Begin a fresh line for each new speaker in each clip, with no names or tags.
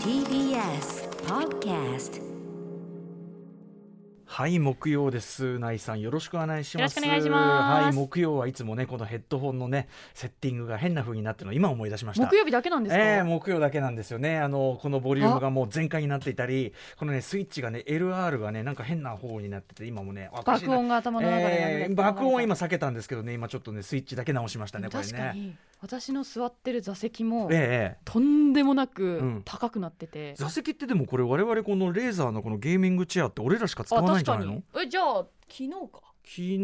TBS Podcast
はい木曜です内さんよろしくお願いします
よろしくお願いします
はい木曜はいつもねこのヘッドホンのねセッティングが変な風になってるのを今思い出しました
木曜日だけなんですか、
ええ木曜だけなんですよねあのこのボリュームがもう全開になっていたりこのねスイッチがね LR がねなんか変な方になってて今もね赤字
爆
な
音が頭の中で流れてる、
ええ爆音は今避けたんですけどね今ちょっとねスイッチだけ直しましたねこれね
確かに私の座ってる座席も、
ええええ
とんでもな
うん
く高くなってて、
座席ってでもこれ我々このレーザーのこのゲーミングチェアって俺らしか使
あ
わないん
確
じゃ
か
ないの
にえじゃあ昨日か
昨日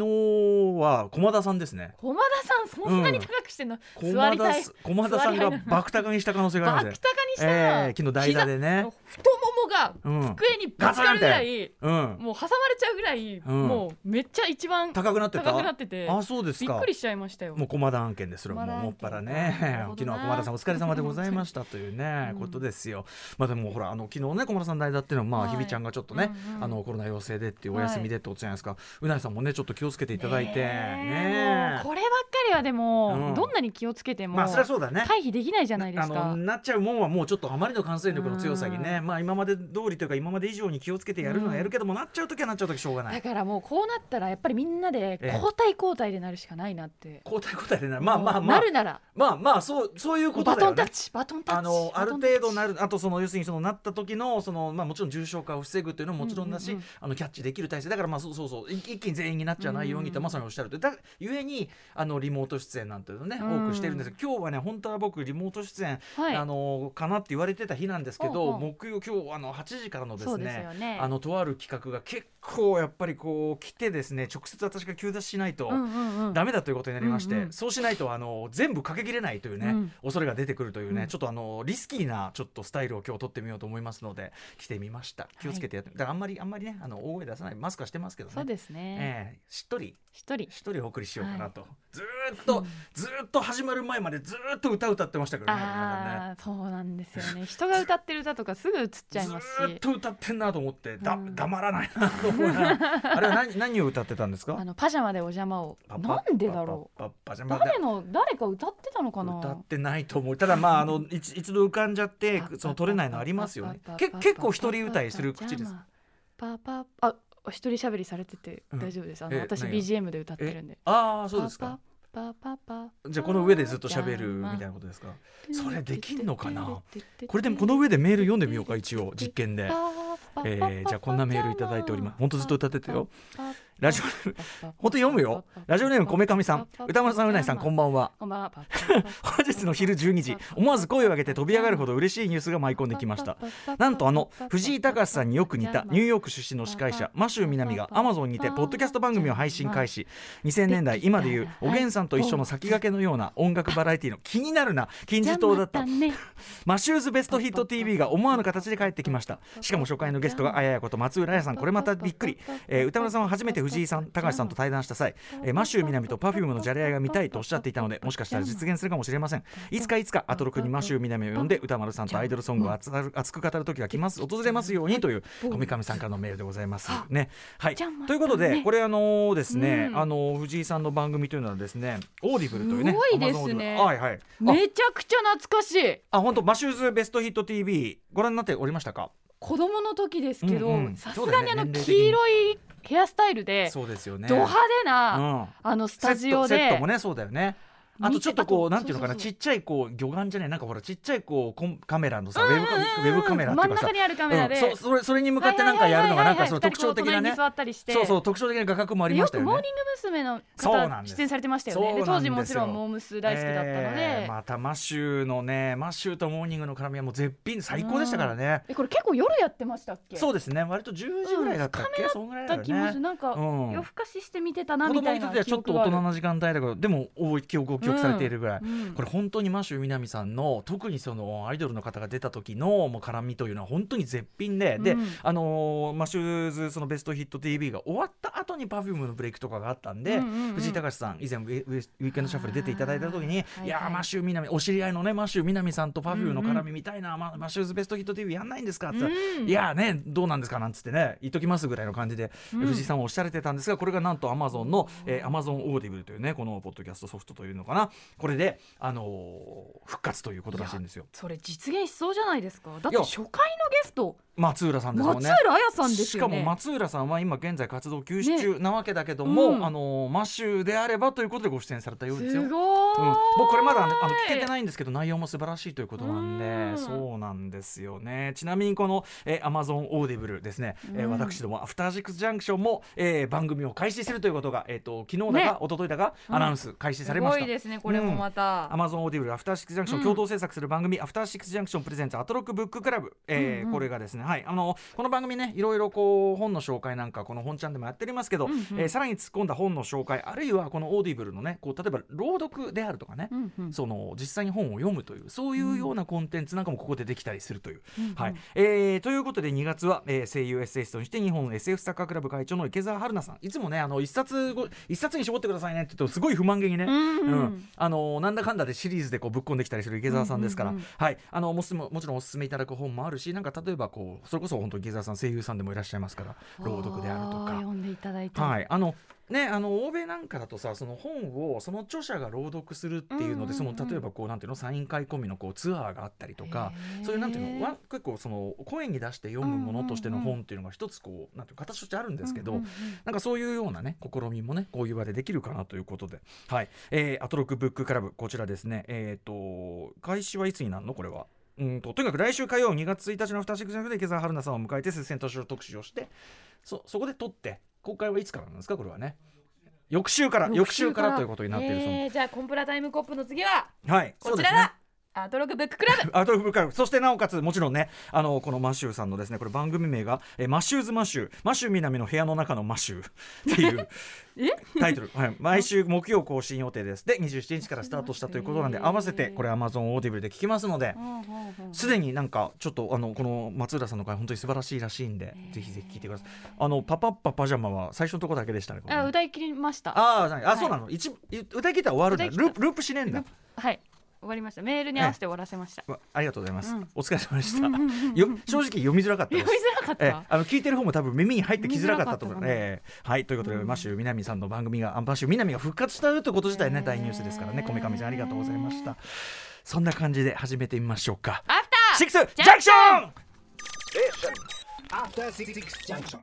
は駒田さんですね
駒田さんそんなに高くしてんの、座
駒
り
田
たい
す駒田さんがバクタカにした可能性があ
バ
るん
ク
で
タカにしたら、
ええ昨日代打でね
膝太ももが
うん
机にぶつかるぐらい、
うん
もう挟まれちゃうぐらい、
うん
もうめっちゃ一番高
高くなってた
くなってて
あそうです
び
か
っくりしちゃいましたよ
もう駒田案件ですそれはもうもっぱら
駒田案件
ね
か
昨日は駒田さんお疲れ様でございましたというね、
うん
ことですよまあでもほらあの昨日ね駒田さん代打っていうのはまあ、
はい
日比ちゃんがちょっとね、
うんうん
あのコロナ陽性でっていうお休みでってことじゃないですか、うなりさんもねちょっと気をつけていただいてね
ねえもうこればっかりはでも、
うん
どんなに気をつけても、
まあそりゃそうだね
回避できないじゃないです
あ
か
の。なっちゃうもんはもうちょっとあまりの感染力の強さにね、まあ今まで通りというか今まで以上に気をつけてやるのはやるけども、なっちゃう時はなっちゃう時しょうがない
だからもうこうなったらやっぱりみんなで
ええ
交代交代でなるしかないなって。
交代交代でなまあまあまあ
なるなら、
まあまあそうそういうこと
バ
だ
ト
よ
ンタッ
ね。
チバトンタッチ。
あのあ
バ
る
トンタッチ
程度なるあとその要するにそのなった時のそのまあもちろん重症化を防ぐというのももちろんだし、
うんうんうん
あのキャッチできる体制だからまあそうそうそうい一気に全員になっちゃわないようにって
うん
まさにおっしゃるとだゆえにあのリモート出演なんていうのね
うん
多くしてるんですけど今日はね本当は僕リモート出演、
はい。
あのかなって言われてた日なんですけど
おうおう
木曜今日あの8時からので
そ
す
うです
ね
よね。
あのとある企画が結構やっぱりこう来てですね直接私が急出ししないと。
うんうんうん。
ダメだということになりまして、
うんうん
そうしないとあの全部かけきれないというね、
うん
恐れが出てくるというね、
うん
ちょっとあのリスキーなちょっとスタイルを今日取ってみようと思いますので来てみました気をつけてやって、だからあんまりあんまりねあの大声出さないマスクはしてますけどね
そうですね。
ええしっとり
一人。
しっとりお送りしようかなと、ずーっと、ずーっと始まる前までずーっと歌歌ってましたからねなんかね
ああそうなんですよね。人が歌ってる歌とかすぐ映っちゃい
ず
ます
ーっ
し。
と歌ってんなと思ってだ、
うん
黙らないなと思いながら あれは何何を歌ってたんです
あ
か
のパジャマでお邪魔を。
パパ
なんでだろ
パパパジャ
う。
マ
誰の誰か歌ってたのか
歌
な
っ。てないと思うただまああの一一度浮かんじゃって
パパ
その取れないのありますよね
パパ
け
パパ
結構一人歌いする口です。
パパあ一人喋りされてて
うん
大丈夫です。あの
え
私
何が
BGM で歌ってるんで。
ああそうですか
パパ。パパパ
じゃあこの上でずっと喋るみたい
な。
なことですかそれできんのかな。これでも
も
この上でメール読んでみようか一応実験で。え
え
ー、じゃあこんなメールいただいております。本当ずっと歌っててよ。。ラジオネーム、本
本
当読むよ。ラジオネームこめかみさん、歌丸さん、うないさん、こんばんは。
こんばんは。パパ
本日の昼12時、思わず声を上げて飛び上がるほど嬉しいニュースが舞い込んできました。。なんとあの藤井隆さんによく似たニューヨーク出身の司会者マシュー南がアマゾンにてポッドキャスト番組を配信開始2000年代今でいうおげんさんと一緒の先駆けのような音楽バラエティの気になるな金字塔だった
ね。
マシューズベストヒット TV が思わぬ形で帰ってきましたしかも初回のゲストがあややこと松浦彩さんこれまたびっくり、えー歌村さんは初めて藤井さん高橋さんと対談した際、えーマシュー南と Perfume のじゃれ合いが見たいとおっしゃっていたのでもしかしたら実現するかもしれませんいつかいつかアトロクにマシュー南を呼んで歌丸さんとアイドルソングを熱く熱く語る時が来ます訪れますようにというこみかみさんからのメールでございますねはい
じゃあまたね
ということでこれあのーですね、
うん
あのー藤井さんの番組というのはですねオーディブルというね
すごいです
Amazon
ね
Audible はいはいあ
めちゃくちゃ懐かしい。
あ本当マシューズベストヒット TV ご覧になっておりましたか
子供の時ですけ
う
ど
んうん、
さすがにあの
そうだよね年齢的に
黄色いヘアスタイルで。
そうですよね
ド派手な、
うん
あのスタジオ
セットセット
で
も。ねそうだよねあとちょっとこうなんていうのかなちっちゃいこう魚眼じゃないなんかほらちっちゃいこうコンカメラのさウェブカウェブカメラってい
真
うんかさ
中にあるカメラで、
うんそうそれそれに向かってなんかやるのがなんかその
はいはいはいはい
特徴的な
二人こう隣
ね
に座ったりして
そうそう特徴的な画角もあり
で
ま
よ
した
く
よ
モー
ね
ニング娘。の
そうなん
方
です
出演されてましたよねで
そうな
当
んです
時
よ
もちろんモー娘大好きだったので、
えーまたマシューのねマシューとモーニングの絡みはもう絶品最高でしたからね
えこれ結構夜やってましたっけ
そうですね割と10時ぐらいだったっけ、そんぐらいだ
だ
よ
気もする
ね
なんか、
うん
夜更かしして見てたな
子
み
供
たい
にと
な
ってはちょっと
記
大
憶が
人
ある
な時間帯だけどでも覚え記憶を記憶されているぐらい、
うん
これ本当にマシュー南さんの特にそのアイドルの方が出た時のもう絡みというのは本当に絶品で、で
うん
あのーマシューズそのベストヒット TV が終わった後に Perfume のブレイクとかがあったんで、
うんうんうん
藤井隆さん以前ウェウェウィークエンドシャッフル出ていただいた時に、
あー
いやー
はいはい
マシュー南お知り合いのねマシュー南さんと Perfume の絡みみたいな、まマシューズベストヒット TV やんないんですかって言ったら、
うん
いやーねどうなんですかなんつってね言っときますぐらいの感じで、
うん
藤井さんはおっしゃられてたんですがこれがなんと Amazon の、えー、Amazon オーディブルというねこのポッドキャストソフトというのかかなこれで、あのー復活ということらしいんですよ
それ実現しそうじゃないですかだっ
い
て
や
初回のゲスト
松浦さんですもん
松
ね
浦彩さんです
しか
よね
も松浦さんは今現在活動休止中なわけだけども、
うん
あのーマシューであればということでご出演されたようです
す
よ。
ご
う
ー
ん
い、、
僕これまだねあの聞けてないんですけど内容も素晴らしいということなん
う
で
ん
そうなんですよねちなみにこの、えー、Amazon オーディブルですね、えー
うん
私どもアフターシックスジャンクションも、えー番組を開始するということが、えー、と昨日だか、
ね
一昨日だかアナウンス開始されますし
ご
た
い。ですねこれもまた、
アマゾンオーディブルアフターシックスジャンクション
うん
共同制作する番組、アフターシックスジャンクションプレゼンツアトロックブッククラブ、えー
うんうん
これがですねはいあのこの番組ねいろいろこう本の紹介なんかこの本ちゃんでもやっておりますけど、
うんうん
えーさらに突っ込んだ本の紹介あるいはこのオーディブルのねこう例えば朗読であるとかね、
うんうん
その実際に本を読むというそういうようなコンテンツなんかもここでできたりするという。
うんうん
はいえーということで2月は、えー声優エッセイストにして日本 SF サッカークラブ会長の池澤春菜さんいつもねあの一冊ご一冊に絞ってくださいねって言うとすごい不満げにね、
うんうん
うんあのなんだかんだでシリーズでこうぶっこんできたりする池澤さんですから、
うんうんうん
はいあのもすももちろんお勧めいただく本もあるしなんか例えばこうそれこそ本当に池澤さん声優さんでもいらっしゃいますから朗読であると
あー
か
読んでいただいて、
はい、あのねあの欧米なんかだとさその本をその著者が朗読するっていうので、
うんうんうん
その例えばこうなんていうのサイン会込みのこうツアーがあったりとか。
へー
そういうなんていうのわ結構その声に出して読むものとしての
うんうんうん
本っていうのが一つこうなんていうの形としてあるんですけど、
うんうん
なんかそういうようなね試みもねこういう場でできるかなということで、はい、えー、アトロックブッククラブこちらですね、えっ、と開始はいつになるのこれは。うんととにかく来週火曜2月1日のアフターシックスジャンクで池澤春菜さんを迎えて接戦投手の特集をしてそそこで撮って公開はいつからなんですかこれはね翌週から
うん
翌週からということになっているそうで
えーじゃあコンプラタイムコップの次は
すはい
こちら
そうですね
だ、アートログブック クラブ
アウトオブブカルそしてなおかつもちろんねあのこのマシューさんのですねこれ番組名が、えーマシューズマシューマシュー南の部屋の中のマシューって いうタイトル、はい、毎週木曜更新予定ですで27日からスタートしたということなんで合わせてこれ Amazon オーディブルで聞きますので
です
でになんかちょっとあのこの松浦さんの回本当に素晴らしいらしいんでぜひぜひ聞いてくださいあのパパッパパジャマは最初のとこだけでしたねこれね
あ歌い切りました
あーないあ、
はい
そうなの一歌い切ったら終わるんだ
歌い切
ルー
った
プループしねえんだ
はい終わりましたメールに合わせて終わらせました
わありがとうございます、
うん
お疲れ様で した、
うんうんうんうん
よ正直読みづらかったで
読
す
みづらかっ
ええ
た
あの聞いてる方も多分耳に入ってきづらかったと思う
見づらかったかな
ええはいということで、マシュー南さんの番組があマシュー南が復活したということ自体ね、大ニュースですからねこめかみさんありがとうございましたそんな感じで始めてみましょうか
アフ
シッ
ター
クスジャンクション
After Six Junction.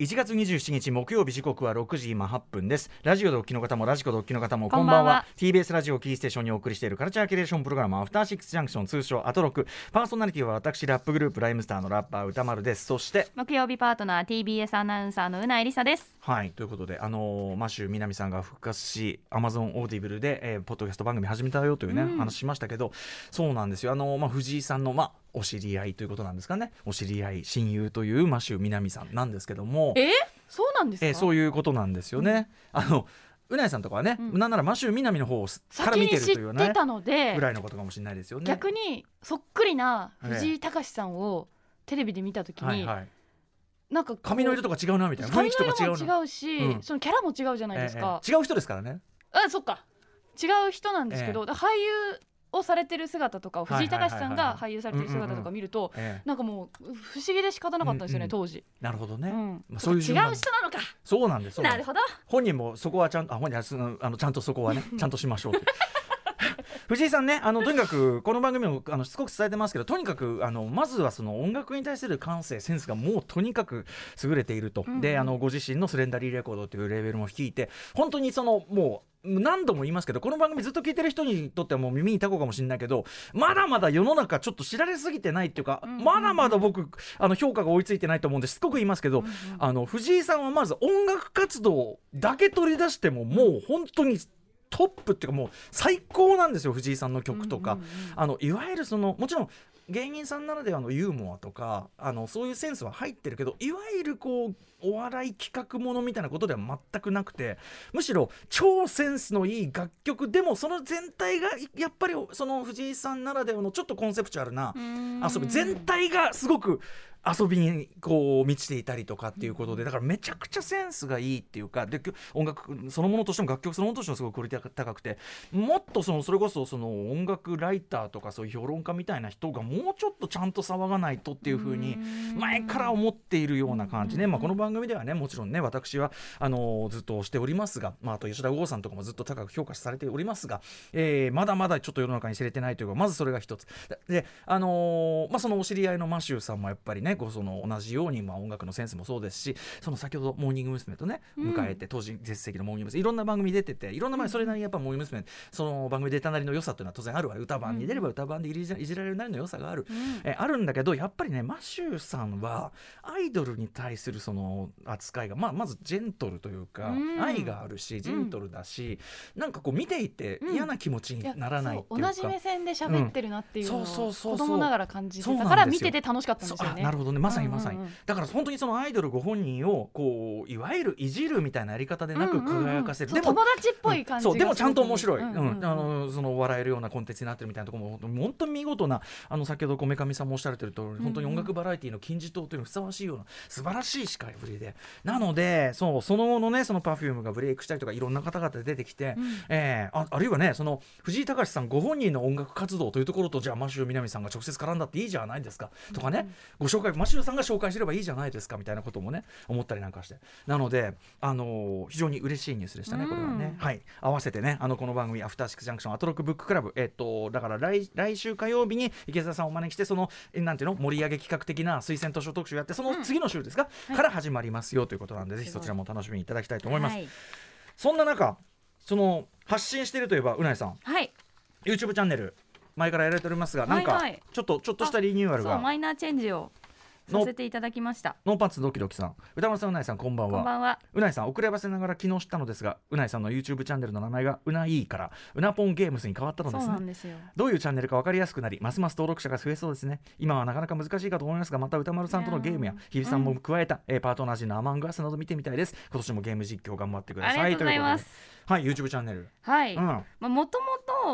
1月27日木曜日時刻は6時今8分ですラジオでお聞きの方もラジコでお聞きの方も
こ
こ
ん
ん
ば
ば
ん
ん
は
は TBS ラジオをキーステーションにお送りしているカルチャーキュレーションプログラムアフターシックスジャンクション通称アトロクパーソナリティは私ラップグループライムスターのラッパー歌丸ですそして
木曜日パートナー TBS アナウンサーのうなえりさです
はいということで、あのーマシュー南さんが復活し Amazon オーディブルで、えーポッドキャスト番組始めたよというね、
うん
話しましたけどそうなんですよ、あのーまあ、藤井さんの、まあ、お知り合いということなんですかねお知り合い親友というマシュー南さんなんですけども
えそうなんですか
えーそういうことなんですよね。あのうなえさんとかはね、
うん
なんならマシュー南の方をすから
先
見
に
てると
知っ
いうね
てたので
ぐらいのことかもしれないですよね。
逆にそっくりな藤井隆さんをテレビで見たとき
はい
に
はい、
なんかこう
髪の色とか違うなみたいな雰囲
髪
気とか違
の
う
色
な。
も違うし、
うん
そのキャラも違うじゃないですか、
えーえー違う人ですからね。
あそっか違う人なんですけど、
ええ
だから俳優をされてる姿とかを
はいは
藤
いは
井
いはい
隆さんが俳優されてる姿とか見ると、
え
なんかもう不思議で仕方なかったんですよ
うんう
ね、
ん
当時、
ーなるほど
う
ね。
ん
まあそういう
違う人
順
な
番
のか
そうなんです。そう
なん
です
るほど
本人もそこはちゃんとあ本人はすあのちゃんとそこはねちゃんとしましょうって。 藤井さんねあのとにかくこの番組もあのしつこく伝えてますけどとにかくあのまずはその音楽に対する感性センスがもうとにかく優れていると、
うんうん
であのご自身のスレンダリーレコードというレーベルも率いて本当にそのもう何度も言いますけどこの番組ずっと聞いてる人にとってはもう耳にタコかもしれないけどまだまだ世の中ちょっと知られすぎてないっていうか、
うんうんうん
まだまだ僕あの評価が追いついてないと思うんでしつこく言いますけど、あの藤井さんはまず音楽活動だけ取り出してももう本当にトップっていうかもう最高なんですよ藤井さんの曲とか、
うんうんうん
あのいわゆるそのもちろん芸人さんならではのユーモアとかあのそういうセンスは入ってるけどいわゆるこうお笑い企画ものみたいなことでは全くなくてむしろ超センスのいい楽曲でもその全体がやっぱりその藤井さんならではのちょっとコンセプチュアルな
うん
遊び全体がすごく遊びにこう満ちていたりとかっていうことでだからめちゃくちゃセンスがいいっていうかできょ音楽そのものとしても楽曲そのものとしてもすごいクオリティが高くてもっとそのそれこそその音楽ライターとかそういう評論家みたいな人がもうちょっとちゃんと騒がないとっていうふうに前から思っているような感じね、まあ、この番組ではねもちろんね私はあのずっと推しておりますが、まあ、あと吉田剛さんとかもずっと高く評価されておりますが、えーまだまだちょっと世の中に知れてないというかまずそれが一つで、あのーまあ、そのお知り合いのマシューさんもやっぱりねこうその同じように、まあ、音楽のセンスもそうですしその先ほどモーニング娘。とね
うん
迎えて当時絶席のモーニング娘。いろんな番組出てていろんな前それなりにやっぱモーニング娘。その番組出たなりの良さというのは当然あるわ歌番に出れば歌番でいじいじられるなりの良さがあるえーあるんだけどやっぱりねマシューさんはアイドルに対するその扱いが、まあ、まずジェントルというか、
うん
愛があるしジェントルだし、なんかこう見ていて嫌な気持ちに
いや
ならないってい
そ
う
う同
か。
じ目線で喋ってるなっていうのを
うんそうそうそうそう
子供ながら感じ
そう
て
な
た
んですよ
から見てて楽しかったん
そう
ですよ
あ
ね。
なるほどねまさにまさに、
うんうんうん
だから本当にそのアイドルご本人をこういわゆるいじるみたいなやり方でな
う
く
んうんうん
輝かせる、
そう
でも
友達っぽい感じが
そうでもちゃんと面白い、う
す
ん
ごくうんうんうん
あのその笑えるようなコンテンツになってるみたいなところも本当に見事なあの先ほどこめかみさんもおっしゃられてる通り、本当に音楽バラエティの金字塔というのにふさわしいような素晴らしい司会ぶりでなのでそうその後のねその Perfume がブレイクしたりとかいろんな方々で出てきて、
うん
えーああるいはねその藤井隆さんご本人の音楽活動というところとじゃあマシュー南さんが直接絡んだっていいじゃないですかとかね、ご紹介マシューさんが紹介すればいいじゃないですかみたいなこともね思ったりなんかしてなので、あのー非常に嬉しいニュースでしたねこれはね、はい合わせてねあのこの番組「アフターシックスジャンクションアトロックブッククラブ」えっとだから来来週火曜日に池澤さんをお招きしてそのえなんていうの盛り上げ企画的な推薦図書特集やってその次の週ですか、から始まりますよということなんで、ぜひそちらもお楽しみいただきたいと思います。
はい
そんな中、その発信しているといえば、うないさん、
はい
YouTube チャンネル、前からやられておりますが、なん
はい
か
はい
ちょっとちょっとしたリニューアル
そう
が、
マイナーチェンジをさ
の
せていただきました
ノーパンツドキドキさん、歌丸さん、うないさん、こんばん
こんば
は。
んは
うないさん遅ればせながら昨日知ったのですがうないさんの YouTube チャンネルの名前がうないーからうなぽんゲームスに変わったの
そ
で
う
す
な
ね
んですよ
どういうチャンネルか分かりやすくなりますます登録者が増えそうですね今はなかなか難しいかと思いますがまた歌丸さんとのゲームや
いや
日比さんも加えた、えーパートナー陣のアマングアスなど見てみたいです今年もゲーム実況頑張ってください
ありがとうございます
ということではい YouTube チャンネル、
はい、
うん
まあ、もとも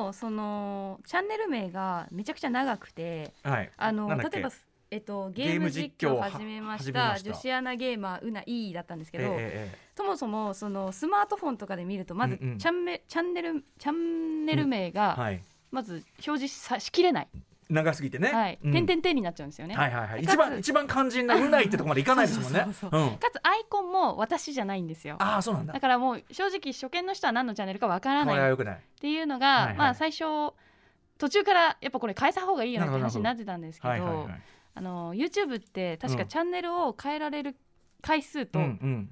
とそのチャンネル名がめちゃくちゃ長くて
はい、
あの
なんだっけ
例えば、えっと、ゲ
ゲー
ー
ム
ム
実
実
況
況
を
を
は
始めまし
始め
た
ました
女子アナゲーマーうないいだったんですけど、
ええええ
そもそもそのスマートフォンとかで見るとまずチ
うんうん
ャンネル、チャンネルチャンネル名が
はい、
まず表示さしきれない、
長すぎてね、
はい
うん
点々点になっちゃうんですよね、
はいはいはい
かつ
一番一番肝心なうないってとこまでいかないですもんね
そうそう
うん
かつアイコンも私じゃないんですよ
ああそうなんだ
だからもう正直初見の人は何のチャンネルかわから
こ
な
れはい
っ
よくない
ていうのが、
はいはい
まあ最初途中からやっぱこれ変えた方がいいよねって
なるほ
話
ど
になってたんですけど、
はいはいはい
あの YouTube って確
う
か
ん
チャンネルを変えられる回数と、
うんうん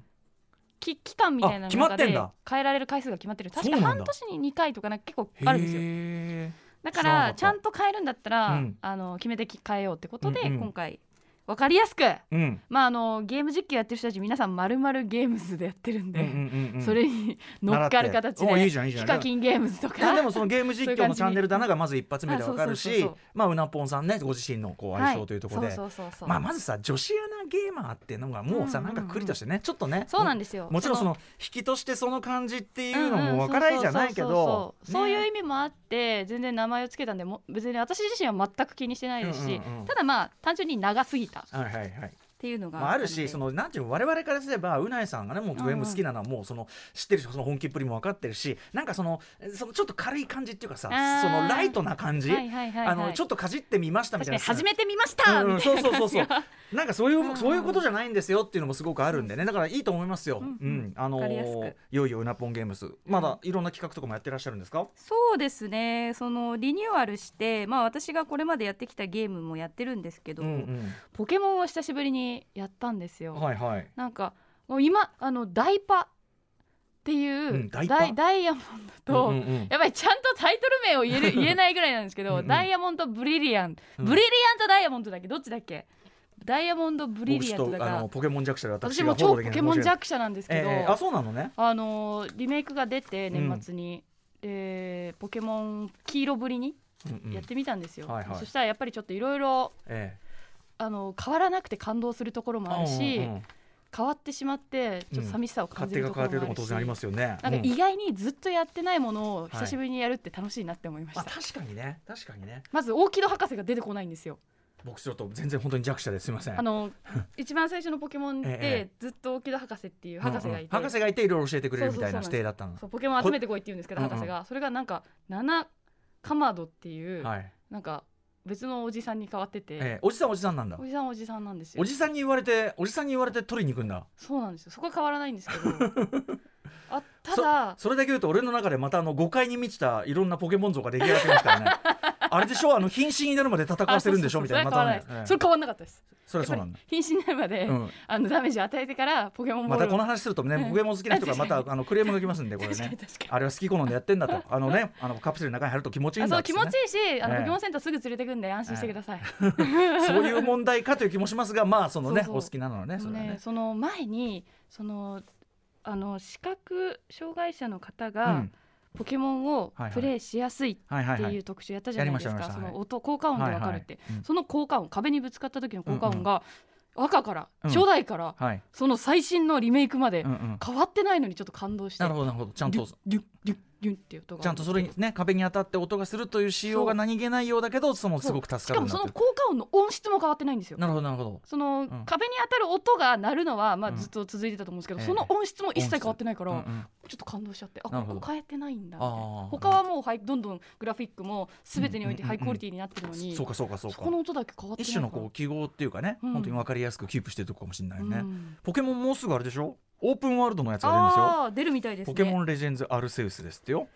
き期間みたいな
あ決まっ
中
てん
で
だ
変えられる回数が決まってる確
そう
か
なんだ
半年に2回とかなんか結構あるんですよ
へ
だか
知らなからった
ちゃんと変えるんだったら、
うん
あの決めてき変えようってことで、
うんうん
今回わかりやすく
えうん
まああのゲーム実況やってる人たち皆さんまるまるゲームズでやってるん
う
で、
んうんうんうん
それに乗っかる形
おいい
で
じゃんいいじゃ
ヒ
ん
カキンゲームズと
いや
か
でもそのゲーム実況のチャンネルだながまず一発目でわかる
そういう
し
感じ
まあうなぽんさんねご自身のこう
は
相性というところで、
そうそうそうそう、
まあまずさ女子アナゲーマーっていうのがもうさ、
うんうんうん
なんかくりとしてねちょっとね
そうなんですよ
もちろんその引きとしてその感じっていうのも分からないじゃないけど
うんうんそうそうそうそうそういう
ね
意味もあって全然名前をつけたんでも別に私自身は全く気にしてないですし、
うんうんうん
ただまあ単純に長すぎたっ
はいはいはい
ていうのが
まあ、ある
ったの
し
で
そのなんていうの我々からすればうないさんがねもうゲーム好きなのはもうその知ってるしその本気っぷりも分かってるしなんかそのそのちょっと軽い感じっていうかさ
あー
そのライトな感じ、
はいはいはいはい
あのちょっとかじってみましたみ
確
た
か
い
に
な
始めてみました
うんうん
みたいな
そうそうそうそう
感じが
なんかそういう、
うんうん
そういうことじゃないんですよっていうのもすごくあるんでねだからいいと思いますよ、う
うんん
あの
わかりやすく
ー、いよいようなぽんゲームスまだいろんな企画とかもやってらっしゃるんですか、
そうですねそのリニューアルして、まあ、私がこれまでやってきたゲームもやってるんですけど、
うん
ポケモンを久しぶりにやったんです
う
よ。
ん、はいはい
なんかもう今あのダイパっていう、
うんダ
ダ
イ
イ
パ
ダイヤモンドと、
うんうんうん
やばいちゃんとタイトル名を言 える言えないぐらいなんですけど
うんうん
ダイヤモンドブリリアン
うん
ブリリアントダイヤモンドだっけどっちだっけダイヤモンドブリ
僕
リ
ち
アン
ょ
ト
っ
だ
と
か
あの
ら
ポケモン弱者で私
私
が
も
フォローで
超
きな
ポ
い
ケモン弱者なんですけど、
えーあそうなのね
あのーリメイクが出て年末に、でポケモン黄色ぶりに
うんうん
やってみたんですよ、
はいはい
そしたらやっぱりちょっといろいろ
え
あの変わらなくて感動するところ
え
もあるし、
うんうんうん
変わってしまってちょっと寂しさを感
勝
じ
手
る
が
と
変
こ
わって
ろ
るとこも
も
当然
あ
あり
るし
ますよね。
なんか
う
意外にずっとやってないものを
い
久しぶりにやるって楽しいなって思いました、
まあ確かにね確かにね。
まず大木戸博士が出てこないんですよ
僕ちょっと全然本当に弱者ですみません
あの一番最初のポケモンっ
え
てずっと沖田博士っていう博士
う
がいて、
んうん博士がいていろいろ教えてくれるみたいな
そうそうそうなんです
指定だったの
そうポケモン集めてこいって言うんですけど
こ
博士がそれがなんか7カマドっていう、
はい、
なんか別のおじさんに変わってて、
えーおじさんおじさんなんだ
おじさんはおじさんなんですよ
おじさんに言われておじさんに言われて取りに行くんだ
そうなんですよそこは変わらないんですけ どあただ
それだけ言うと俺の中でまたあの誤解に満ちたいろんなポケモン像が出来上がってますから ねあれでしょあの瀕死になるまで戦わせるんでしょみたいな
あ
ま
そう
た
そう
ね
そうそれは変わ
ええ
らないですそれ変わらなかったです
それはそうなんだ
やっぱり瀕死になるまで、
うん
あのダメージ与えてからポケモンボ
ま
ール
た
を
この話するとね
うん
ポケモン好きな人がまた
確
あのクレームが来ますんでこれ
確かに
ね
確か
あれは好き好んでやってんだ とあのねあのカプセルの中に入ると気持ちい
に
い
あ
んだ
そう
っつ
気
って
持
ね
ちいいしあの、
ええ
ポケモンセンターすぐ連れてくんで安心してください、
そういう問題かという気もしますがまあそのね
そうそう
お好きなのはね
で
そ
も
れは
ね
ね
その前にそのあの視覚障害者の方
う
が
ん
ポケモンを
はいはい
プレイしやすいっ
はいは
て
いはいいう
特集やったじゃないですか、
やりましたやり
そ
ました
の音効果音でわかるって、
はいはいうん
その効果音壁にぶつかった時の効果音が、赤から
うん
初代から、
はい
その最新のリメイクまで
うんうん
変わってないのにちょっと感動して、
なるほどなるほどちゃん
デ
と
ュッデュッデュッデュッっていう音が
ちゃんとそれにね壁に当たって音がするという仕様が何気ないようだけどそのすごく助
し
か
か
る
も
んだ
そ
って
の
いう
効果音の音質も変わってないんですよ
なるほどなるほど
その、
ん
壁に当たる音が鳴るのは、まあ、
うん
ずっと続いてたと思うんですけど、
ええ
その音質も一切変わってないから、
うんうん
ちょっと感動しちゃってあ
なるほ
こ
ど
こ変えてないんだみたいな
あー
他はもう、はい、どんどんグラフィックも全てにおいて
うんうん
ハ
うんうん
イクオリティになってるのに、
そうかそうかそう
そ
か
この音だけ変わってない
一種のこ
こ
う記号っていうかね、
うん
本当に分かりやすくキープしてるとこかもしれないね、
うん
ポケモンもうすぐあれでしょオープンワールドのやつが出るんですよ、
ああー出るみたいですね
ポケモンレジェンズアルセウスですってよ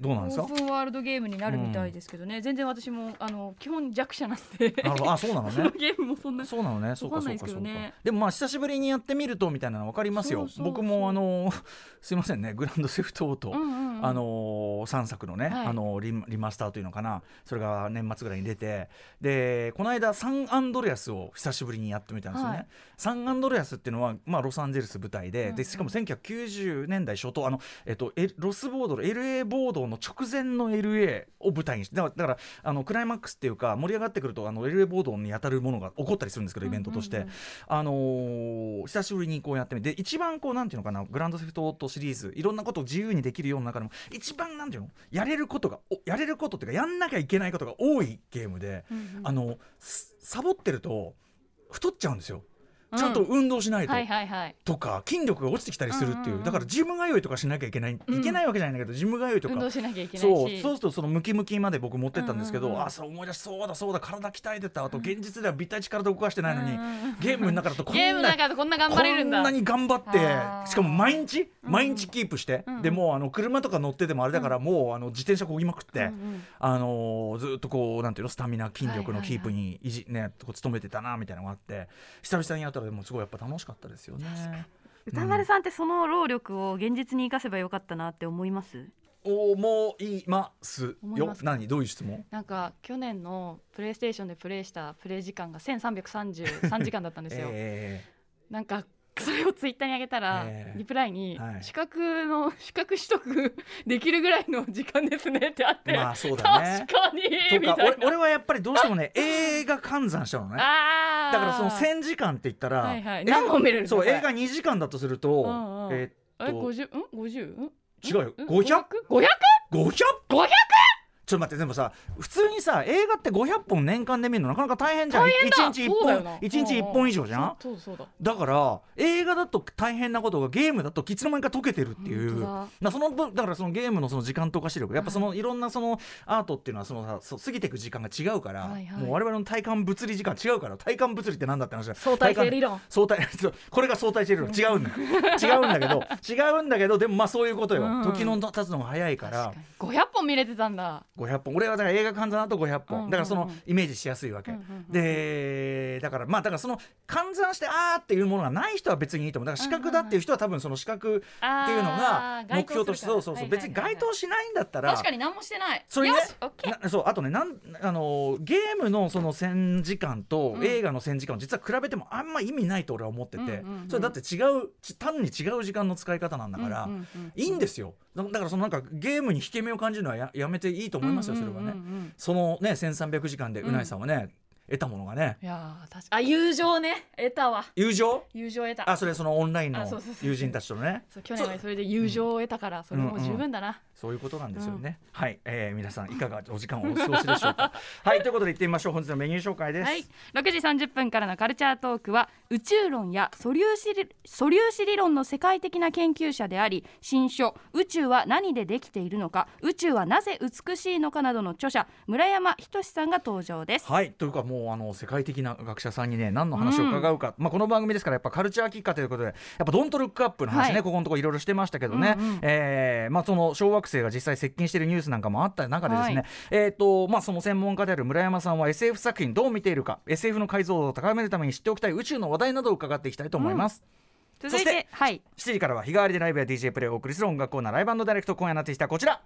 どうなんですか
オープンワールドゲームになるみたいですけどね、全然私もあの基本弱者なんで
な るほどあそうなの
その
ね
ゲームもそんな
そうなのねそうか
わかん
そ
な
う
いですけど
かそうか
ね
でもまあ久しぶりにやってみるとみたいなの分かりますよ
そうそうそう
僕もあの すいませんねグランドセフトオート、
うんうんうん
あのー、3作のね、
はい
あのーリマリマスターというのかなそれが年末ぐらいに出てでこの間サンアンドレアスを久しぶりにやってみたんですよね、
はい
サンアンドレアスっていうのは、まあ、ロサンゼルス舞台で,、
うんう
で
ん
しかも1990年代初頭あの、えっと、エロスボードの LA ボードの直前の LA を舞台にしてだからだからあのクライマックスっていうか盛り上がってくるとあの LA ボードに当たるものが起こったりするんですけどイベントとして、
うんうんうん
あのー久しぶりにこうやってみてで一番こうなんていうのかなグランドセフトオートシリーズいろんなことを自由にできるような中でも一番なんていうのやれることがおやれることっていうかやんなきゃいけないことが多いゲームで、あのすサボってると太っちゃうんですよ。ちゃんと運動しないと、
はいはいはい
とか筋力が落ちてきたりするっていう,、
うんうんうん
だからジム通いとかしなきゃいけない、いけないわけじゃないんだけどジム通いとか
運動しなきゃいけないし
そうそうするとそのムキムキまで僕持ってったんですけど、
うんうんうん
あそれ思い出しそうだそうだ体鍛えてたあと現実では微体力動かしてないのに、
うんうんうん
ゲームの中だとこんな
ゲームの中でこんな頑張れるんだ
こんなに頑張
あ
っ
ー
てしかも毎日毎日キープして、
うん
でもうあの車とか乗っててもあれだから、もうあの自転車こぎまくって、
うんうん
あのーずっとこうなんていうのスタミナ筋力のキープにいじ、ねこう努めてたなみたいなのがあって久々にやったらでもすごいやっぱ楽しかったですよね。
歌丸さんってその労力を現実に生かせばよかったなって思います、
思います
思い
よ
ますか
何どういう質問
なんか去年のプレイステーションでプレイしたプレイ時間が1333時間だったんですよ、
え
なんかそれをツイッターに上げたら、
ええ
リプライに、
はい
資格の資格取得できるぐらいの時間ですねってあって、
ーまあそうだね。
確かに
と
み
か
たい
俺
な
俺はやっぱりどうしてもね映画換算したのね。
あー
だからその1000時間って言ったら、
はいはい
映画
何本見れるの
そう
これ
映画2時間だとすると、
うんうん
え
え
ーっと
50ん50ん
違うよ
ん
500?
500
500?
500
ちょっと待ってでもさ普通にさ映画って500本年間で見るのなかなか大変じゃん
大変だ
1日1
そうだよな
本一日一本以上じゃん
そうそうだ
だから映画だと大変なことがゲームだといつの間にか解けてるっていう
本
なその分だからそのゲームのその時間とか視力やっぱそのいろんなそのアートっていうのはそのさそう過ぎていく時間が違うから、
はいはい
もう我々の体感物理時間違うから体感物理ってなんだって話だ
相対性理論
相対 そうこれが相対してるの違うんだよ違うんだけど 違うんだけどでもまあそういうことよ、
うん
時の経つのが早いから
確かに500本見れてたんだ
500本俺はだから映画換算だと500本、
うんうんうん
だからそのイメージしやすいわけ、
うんうんうん
でだからまあだからその換算してあーっていうものがない人は別にいいと思うだから資格だっていう人は多分その資格っていうのが目標としてそうそうそう別に該当しないんだったら
確かに何もしてない
それね
よしオッケー
なそうあとねなんあのーゲームのその戦時間と
うん
映画の戦時間を実は比べてもあんま意味ないと俺は思ってて、
うんうんうん
それだって違うち単に違う時間の使い方なんだから、
うんうんうん
いいんですよだだからそのなんかゲームに引け目を感じるのはややめていいと思いますよそれはね、
うんうんうんうん
そのね1300時間でうないさんはね、得たものがね
いやー確かあ友情ね得たわ
友情
友情得た
あそれそのオンラインの
あそうそうそう
友人たちとのね
そう去年はそれで友情を得たからそれもう十分だな、
そういうことなんですよね、はい、えー、皆さんいかがお時間をお過ごしでしょ うかはいということで行ってみましょう本日のメニュー紹介です、
はい、6時30分からのカルチャートークは宇宙論や素粒子理素粒子理論の世界的な研究者であり新書「宇宙は何でできているのか宇宙はなぜ美しいのか」などの著者村山仁さんが登場です。
はいというかもうあの世界的な学者さんにね何の話を伺うか、まあ、この番組ですからやっぱカルチャーきっかということでやっぱ「ドントルックアップ」の話ね、
はい
ここのところいろいろしてましたけどね、
うんうん
えーまあ、その小惑星が実際接近しているニュースなんかもあった中でですね、
はい
えーとまあ、その専門家である村山さんは SF 作品どう見ているか SF の解像度を高めるために知っておきたい宇宙の話題などを伺っていきたいと思います。
続
そ
い
して
て、はい、
7時からは日替わりでライブや DJ プレイをお送りする音楽コーナーライブダイレクト今夜になってきたこちら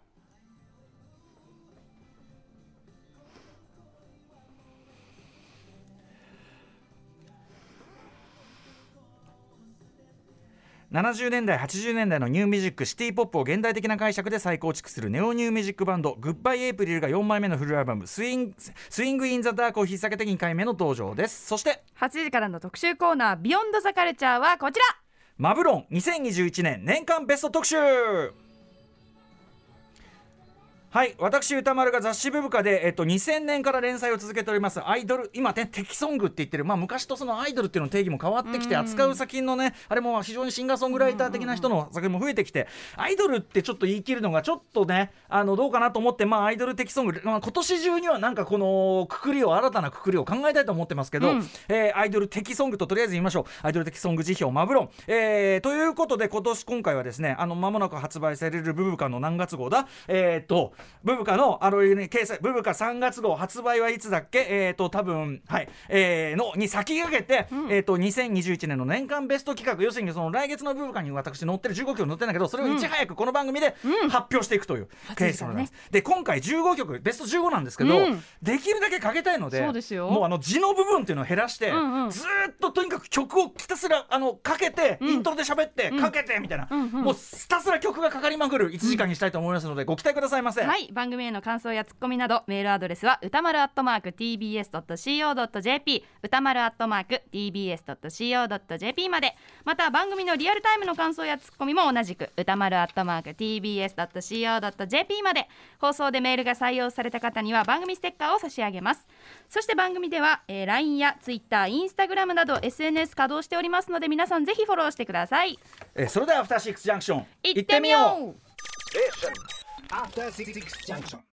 70年代80年代のニューミュージックシティ・ポップを現代的な解釈で再構築するネオニューミュージックバンドグッバイ・エイプリルが4枚目のフルアルバム「スイング・スイングイン・ザ・ダーク」を引っ提げて2回目の登場ですそして
8時からの特集コーナー「ビヨンドザカルチャーはこちら
マブロン2021年年間ベスト特集はい私歌丸が雑誌ブブカで、えっと、2000年から連載を続けておりますアイドル今ねテキソングって言ってる、まあ、昔とそのアイドルっていうの定義も変わってきて扱う作品のねあれも非常にシンガーソングライター的な人の作品も増えてきてアイドルってちょっと言い切るのがちょっとねあのどうかなと思って、まあ、アイドルテキソング、まあ、今年中にはなんかこのくくりを新たなくくりを考えたいと思ってますけど、
うん
えーアイドル的ソングととりあえず言いましょうアイドル的ソング辞表マブロン、えーということで今年今回はですねあの間もなく発売されるブブカの何月号だえっ、とブブカのあの、ね、掲載ブブカ3月号発売はいつだっけえっ、と多分はいえーのに先駆けて、えっ、と2021年の年間ベスト企画要するにその来月のブブカに私載ってる15曲載ってるんだけどそれをいち早くこの番組で発表していくというケースなんです、で今回15曲ベスト15なんですけど、
うん
できるだけかけたいので
そうですよ
もうあの字の部分っていうのを減らして、
んうん
ずーっととにかく曲をひたすらあのかけて、イントロで喋って、かけてみたいな、
んうん
もうひたすら曲がかかりまくる1時間にしたいと思いますので、ご期待ください ませ。
はい番組への感想やツッコミなどメールアドレスは歌丸アットマーク tbs.co.jp 歌丸アットマーク tbs.co.jp までまた番組のリアルタイムの感想やツッコミも同じく歌丸アットマーク tbs.co.jp まで放送でメールが採用された方には番組ステッカーを差し上げますそして番組では、えー LINE や Twitter、Instagram など SNS 稼働しておりますので皆さんぜひフォローしてください
えーそれではアフターシックスジャンクション
行ってみよう
う
After Six Junction.